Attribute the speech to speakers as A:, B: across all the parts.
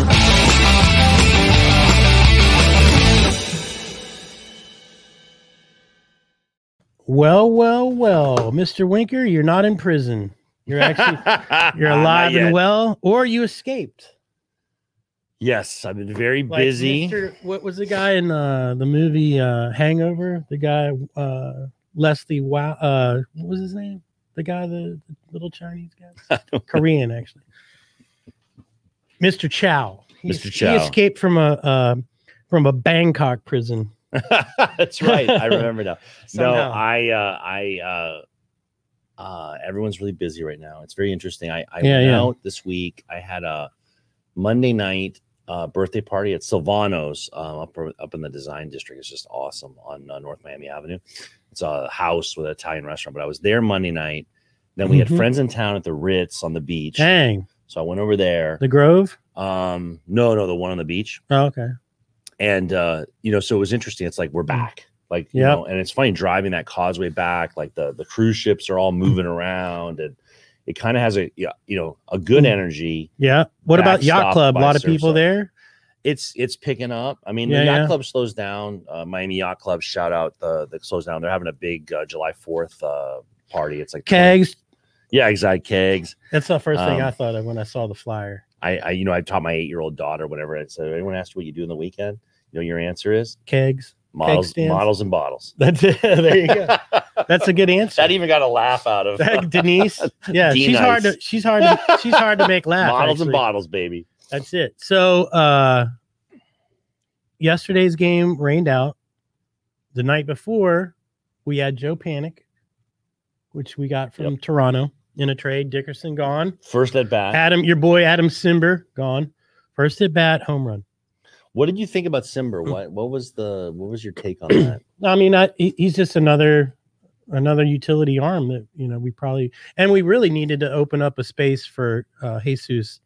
A: preview.
B: Well, well, well, Mr. Winker, you're not in prison. You're actually you're
C: Ah, Uh, Not
B: alive
C: yet.
B: and well, or you escaped.
C: Yes, I've been very
B: Like
C: busy.
B: Mr. What was the guy in uh, the movie uh, Hangover? The guy uh, Leslie Wow. Uh, what was his name? The guy, the, the little Chinese guy, Korean actually. Mr. Chow. He
C: Mr.
B: es-
C: Chow.
B: He escaped from a uh, from a Bangkok prison.
C: That's right. I remember now. No,
B: Somehow.
C: I, uh, I, uh, uh, everyone's really busy right now. It's very interesting. I, I
B: Yeah,
C: went
B: yeah.
C: out this week. I had a Monday night uh, birthday party at Silvano's um, up up in the Design District. It's just awesome on uh, North Miami Avenue. It's a house with an Italian restaurant. But I was there Monday night. Then we
B: Mhm.
C: had friends in town at the Ritz on the beach.
B: Dang,
C: So I went over there.
B: the Grove.
C: Um, no, no, the one on the beach
B: Oh, okay.
C: and uh you know so it was interesting it's like we're back like you
B: Yep.
C: know and it's funny driving that causeway back like the the cruise ships are
B: Mm.
C: all moving around and it kind of has a yeah, you know a
B: Mm.
C: good energy
B: Yeah. What about Yacht
C: Backstopped
B: Club? A
C: by
B: lot of
C: surf
B: people
C: side.
B: there.
C: it's it's picking up i mean
B: Yeah,
C: the yacht
B: yeah.
C: club slows down uh, miami yacht club shout out the the slows down they're having a big uh, july 4th uh party it's like
B: Kegs.
C: yeah exactly kegs
B: That's the first thing
C: Um,
B: I thought of when I saw the flyer.
C: i i you know i taught my eight-year-old daughter whatever it said anyone asked you what you do in the weekend you know your answer is
B: Kegs.
C: models
B: stands?
C: models and bottles
B: That's it. there you go. That's a good answer.
C: that even got a laugh out of
B: Denise. Yeah, she's
C: Denise.
B: hard to she's hard to she's hard to make laugh.
C: models and
B: Ah, actually.
C: bottles, baby.
B: That's it. So uh yesterday's game rained out. The night before, we had Joe Panic, which we got from Toronto in a trade. Dickerson gone.
C: First at bat.
B: Adam, your boy Adam Simber gone. First at bat, home run.
C: what did you think about
B: Hmm.
C: Simber? What what was the what was your take on that?
B: I mean, I, he- he's just another another utility arm that you know we probably and we really needed to open up a space for uh, Jesus.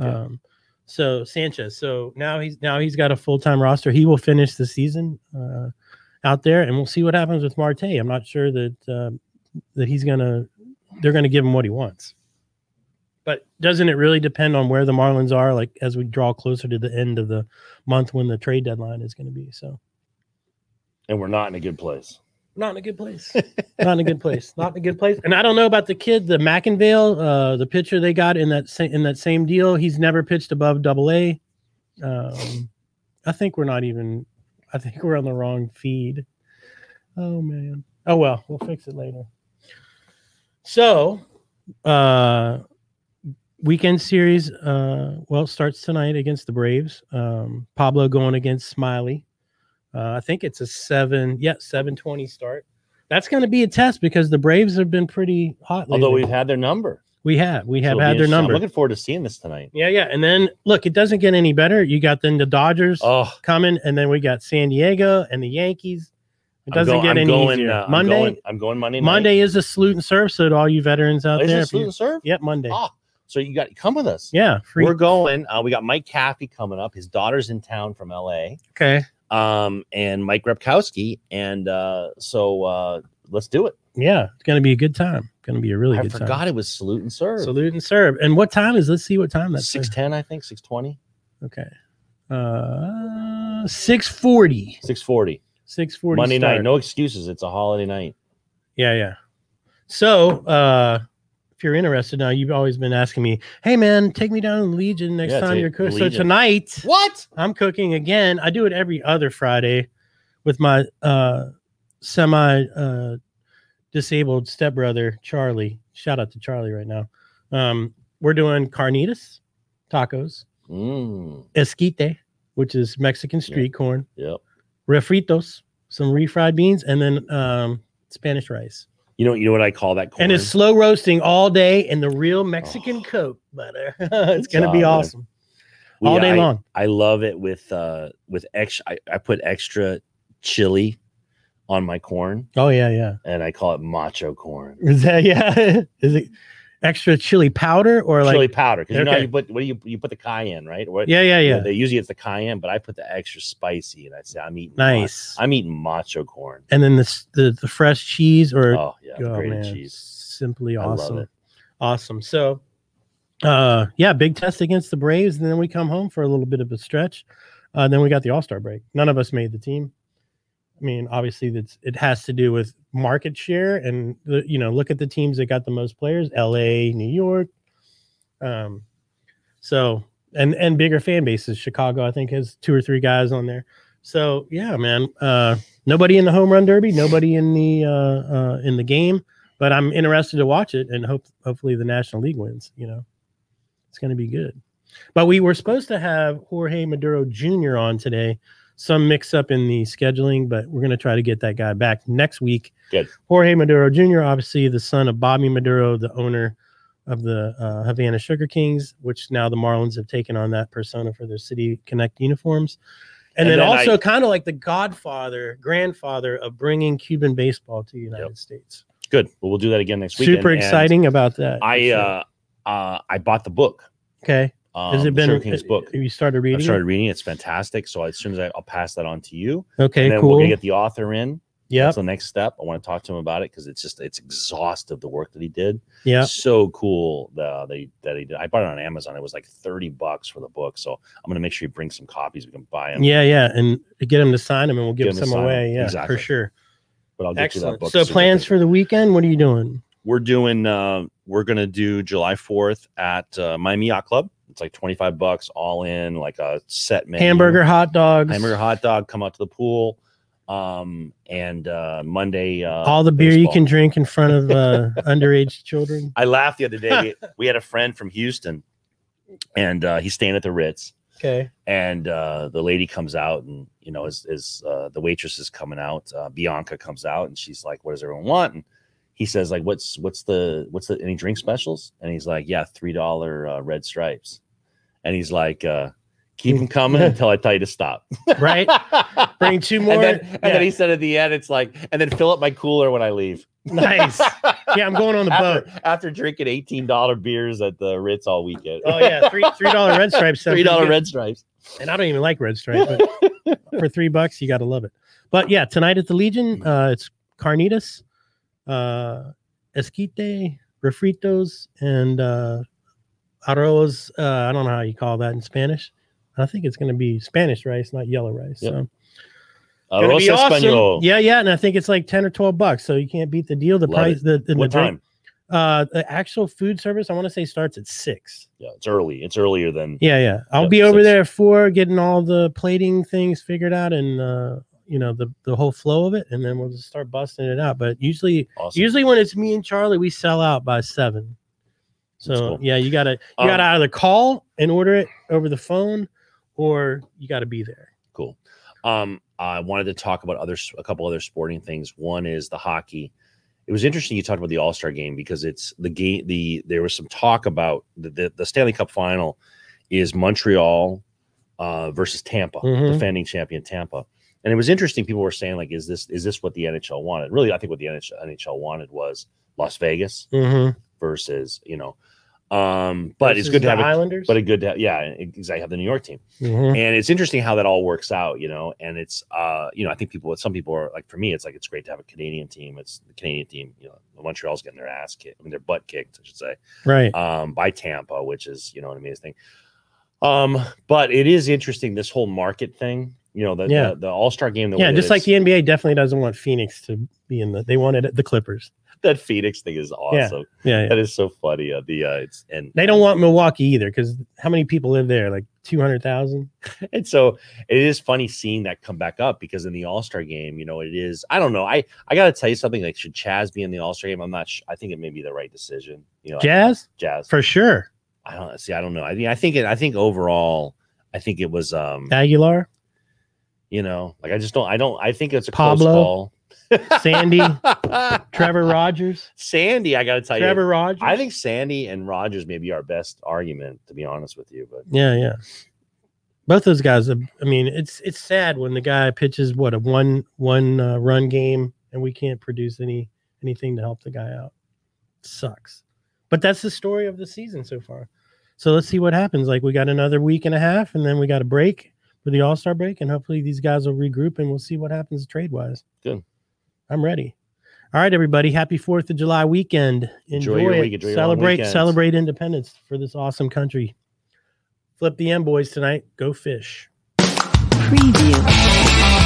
C: Yeah.
B: Um, So Sanchez. So now he's now he's got a full time roster. He will finish the season uh, out there, and we'll see what happens with Marte. I'm not sure that um that he's gonna they're gonna give him what he wants. But doesn't it really depend on where the Marlins are? Like as we draw closer to the end of the month when the trade deadline is going to be. So
C: And we're not in a good place.
B: not in a good place. not in a good place. Not in a good place. And I don't know about the kid, the McInvale, uh, the pitcher they got in that sa- in that same deal. He's never pitched above Double A. Um, I think we're not even. I think we're on the wrong feed. Oh man. Oh well, we'll fix it later. So, uh, weekend series. Uh, well, starts tonight against the Braves. Um, Pablo going against Smiley. Uh, I think it's a seven. Yeah, seven twenty start. That's going to be a test because the Braves have been pretty hot. Lately.
C: Although we've had their number.
B: we have we
C: So
B: have
C: it'll be
B: had their
C: interesting. I'm
B: number.
C: looking forward to seeing this tonight.
B: Yeah, yeah. And then look, it doesn't get any better. You got then the Dodgers
C: Oh,
B: coming, and then we got San Diego and the Yankees. It
C: I'm
B: doesn't
C: go-
B: get
C: I'm
B: any
C: going,
B: easier.
C: uh, I'm
B: Monday,
C: going- I'm going Monday. night.
B: Monday is a salute and serve. So to all you veterans out
C: Is
B: there,
C: it
B: if you-
C: Salute and Serve?
B: yep, Monday.
C: Oh, so you got come with us.
B: yeah, free.
C: We're going. Uh, we got Mike Caffey coming up. His daughter's in town from LA.
B: Okay,
C: Um, and Mike Repkowski. And uh, so uh, let's do it.
B: yeah, it's going to be a good time. Going to be a really
C: I
B: good
C: forgot
B: time.
C: it was salute and serve.
B: Salute and serve. And what time is? Let's see what time that's.
C: Six ten, I think. Six twenty.
B: Okay, uh, six forty.
C: Six forty.
B: Six forty.
C: Monday night. No excuses. It's a holiday night.
B: Yeah, yeah. So, uh, if you're interested now, you've always been asking me, "Hey, man, take me down to the Legion next
C: Yeah,
B: time
C: take
B: you're cooking."
C: the
B: So
C: Legion.
B: tonight,
C: What?
B: I'm cooking again. I do it every other Friday with my uh, semi uh, disabled stepbrother Charlie. Shout out to Charlie right now. Um, we're doing carnitas tacos,
C: Mm,
B: esquite, which is Mexican street corn,
C: yep.
B: refritos, some refried beans, and then um, Spanish rice.
C: You know, you know what I call that corn?
B: And it's slow roasting all day in the real Mexican
C: Oh.
B: coke butter. it's gonna be
C: job, man.
B: awesome
C: We-
B: all day
C: I,
B: long.
C: I love it with uh with extra. I, I put extra chili on my corn,
B: Oh yeah, yeah.
C: and I call it macho corn.
B: Is that yeah? Is it extra chili powder or like?
C: chili powder, because you know how
B: Okay.
C: you put what do you you put the cayenne, right? What,
B: yeah, yeah,
C: you know,
B: yeah.
C: They usually it's the cayenne, but I put the extra spicy, and I say I'm eating ma-
B: Nice.
C: I'm eating macho corn.
B: And then the s- the, the fresh cheese or
C: Oh yeah,
B: oh,
C: grated
B: man,
C: cheese.
B: simply
C: I love
B: awesome,
C: it.
B: awesome. So uh, yeah, big test against the Braves, and then we come home for a little bit of a stretch. Uh, then we got the All Star break. None of us made the team. I mean, obviously, that's it has to do with market share, and the, you know, look at the teams that got the most players: L.A., New York. Um, so and and bigger fan bases. Chicago, I think, has two or three guys on there. So yeah, man. Uh, nobody in the home run derby. Nobody in the uh, uh, in the game. But I'm interested to watch it, and hope hopefully the National League wins. You know, it's going to be good. But we were supposed to have Jorge Maduro Jr. on today. Some mix up in the scheduling, but we're going to try to get that guy back next week.
C: Good.
B: Jorge Maduro Jr., obviously the son of Bobby Maduro, the owner of the uh, Havana Sugar Kings, which now the Marlins have taken on that persona for their City Connect uniforms. And,
C: And
B: then,
C: then
B: also
C: I-
B: kind of like the godfather, grandfather of bringing Cuban baseball to the United States.
C: Good. Well, we'll do that again next week.
B: Super
C: and- and
B: exciting about that.
C: I
B: Sure.
C: uh, uh, I bought the book.
B: okay.
C: Um,
B: Has it been
C: Sugar King's book?
B: You started reading.
C: I've
B: it?
C: started reading. it. It's fantastic. So as soon as I, I'll pass that on to you, and
B: Okay,
C: then
B: cool.
C: we're gonna
B: Yeah.
C: get the author in. That's the next step. I want to talk to him about it because it's just it's exhaustive the work that he did.
B: Yeah.
C: So cool that they that he did. I bought it on Amazon. It was like thirty bucks for the book. So I'm gonna make sure you bring some copies. We can buy them.
B: Yeah, yeah, and get them to sign them, and we'll give
C: Get 'em to
B: some
C: sign 'em.
B: away. Yeah,
C: Exactly.
B: for sure.
C: But I'll get you that
B: Excellent.
C: book.
B: So
C: as soon as I
B: plans
C: can.
B: for the weekend? What are you doing?
C: we're doing uh, we're gonna do July 4th at uh, Miami Yacht Club. It's like 25 bucks all in, like a set menu.
B: Hamburger, hot dogs,
C: hamburger, hot dog. Come out to the pool. Um, and uh, Monday, uh,
B: all the beer you
C: baseball.
B: can drink in front of uh, underage children.
C: I laughed the other day. we had a friend from Houston, and uh, he's staying at the Ritz.
B: Okay.
C: and uh, the lady comes out and you know is, is uh, the waitress is coming out uh, bianca comes out and she's like what does everyone want and he says like what's what's the what's the any drink specials and he's like yeah three dollar uh, red stripes and he's like uh, keep them coming until i tell you to stop
B: Right. Bring two more.
C: and, then, and
B: yeah.
C: then he said at the end it's like and then fill up my cooler when i leave
B: nice. Yeah, I'm going on the boat.
C: after, after drinking $18 beers at the ritz all weekend
B: Oh yeah, three three dollar red stripes. sound
C: three dollar
B: pretty
C: red stripes
B: good. And I don't even like red stripe, but for three bucks, you got to love it. But yeah, tonight at the Legion,
C: Mm.
B: uh, it's carnitas, uh, esquite, refritos, and uh, arroz. Uh, I don't know how you call that in Spanish. I think it's going to be Spanish rice, not yellow rice.
C: Yep.
B: So. Gonna
C: Arroz
B: be awesome.
C: Español.
B: Yeah, yeah, and I think it's like ten or twelve bucks, so you can't beat the deal. The
C: Love
B: price, the, the,
C: what
B: the
C: time
B: drink- uh, the actual food service, I want to say starts at six.
C: Yeah, it's early. It's earlier than
B: Yeah, yeah, I'll
C: Yep,
B: be over
C: six.
B: there at four, getting all the plating things figured out, and uh, you know the the whole flow of it, and then we'll just start busting it out. But usually,
C: awesome.
B: usually when it's me and Charlie, we sell out by seven. So
C: That's cool.
B: yeah, you gotta you gotta
C: Um,
B: either call and order it over the phone, or you gotta be there.
C: cool. Um, I wanted to talk about other s- a couple other sporting things. One is the hockey. It was interesting you talked about the All Star game because it's the game. The there was some talk about the the, the Stanley Cup final is Montreal uh, versus Tampa,
B: Mhm.
C: defending champion Tampa. And it was interesting. People were saying like, is this is this what the NHL wanted? Really, I think what the NHL wanted was Las Vegas
B: Mm-hmm.
C: versus you know. Um, but it's good to have it.
B: Islanders.
C: But a good to have, yeah, exactly. Have the New York team.
B: Mhm.
C: and it's interesting how that all works out you know and it's uh you know i think people some people are like for me it's like it's great to have a canadian team it's the canadian team you know montreal's getting their ass kicked i mean their butt kicked i should say
B: right.
C: um by tampa which is you know an amazing thing um but it is interesting this whole market thing you know the
B: Yeah.
C: the, the all-star game the
B: Yeah,
C: way that
B: just like
C: it's-
B: the NBA definitely doesn't want Phoenix to be in the. They wanted the Clippers.
C: that phoenix thing is awesome
B: Yeah, yeah.
C: that is so funny uh, the uh it's and
B: they don't want Milwaukee either because how many people live there? Like two hundred thousand.
C: and so it is funny seeing that come back up because in the All Star game, you know, it is. I don't know. I I gotta tell you something. Like, should Chaz be in the All Star game? I'm not. Sh- I think it may be the right decision. You know,
B: Jazz
C: Jazz.
B: for sure.
C: I don't see. I don't know. I mean, I think it. I think overall, I think it was. Um,
B: Aguilar,
C: you know, like I just don't. I don't. I think it's a
B: Pablo. Sandy,
C: close call.
B: Trevor Rogers,
C: Sandy. I gotta tell
B: Trevor
C: you.
B: Rogers.
C: I think Sandy and Rogers may be our best argument, to be honest with you. But
B: Yeah, yeah. Both those guys. are- I mean, it's it's sad when the guy pitches what a one one uh, run game and we can't produce any anything to help the guy out. Sucks. But that's the story of the season so far. So let's see what happens. Like we got another week and a half, and then we got a break for the All Star break, and hopefully these guys will regroup and we'll see what happens trade wise.
C: Good.
B: I'm ready. All right, everybody. Happy Fourth of July weekend.
C: Enjoy
B: Enjoy,
C: your
B: it.
C: week, enjoy your long
B: celebrate,
C: weekends.
B: celebrate independence for this awesome country. Flip the M boys tonight. Go fish.
A: Preview.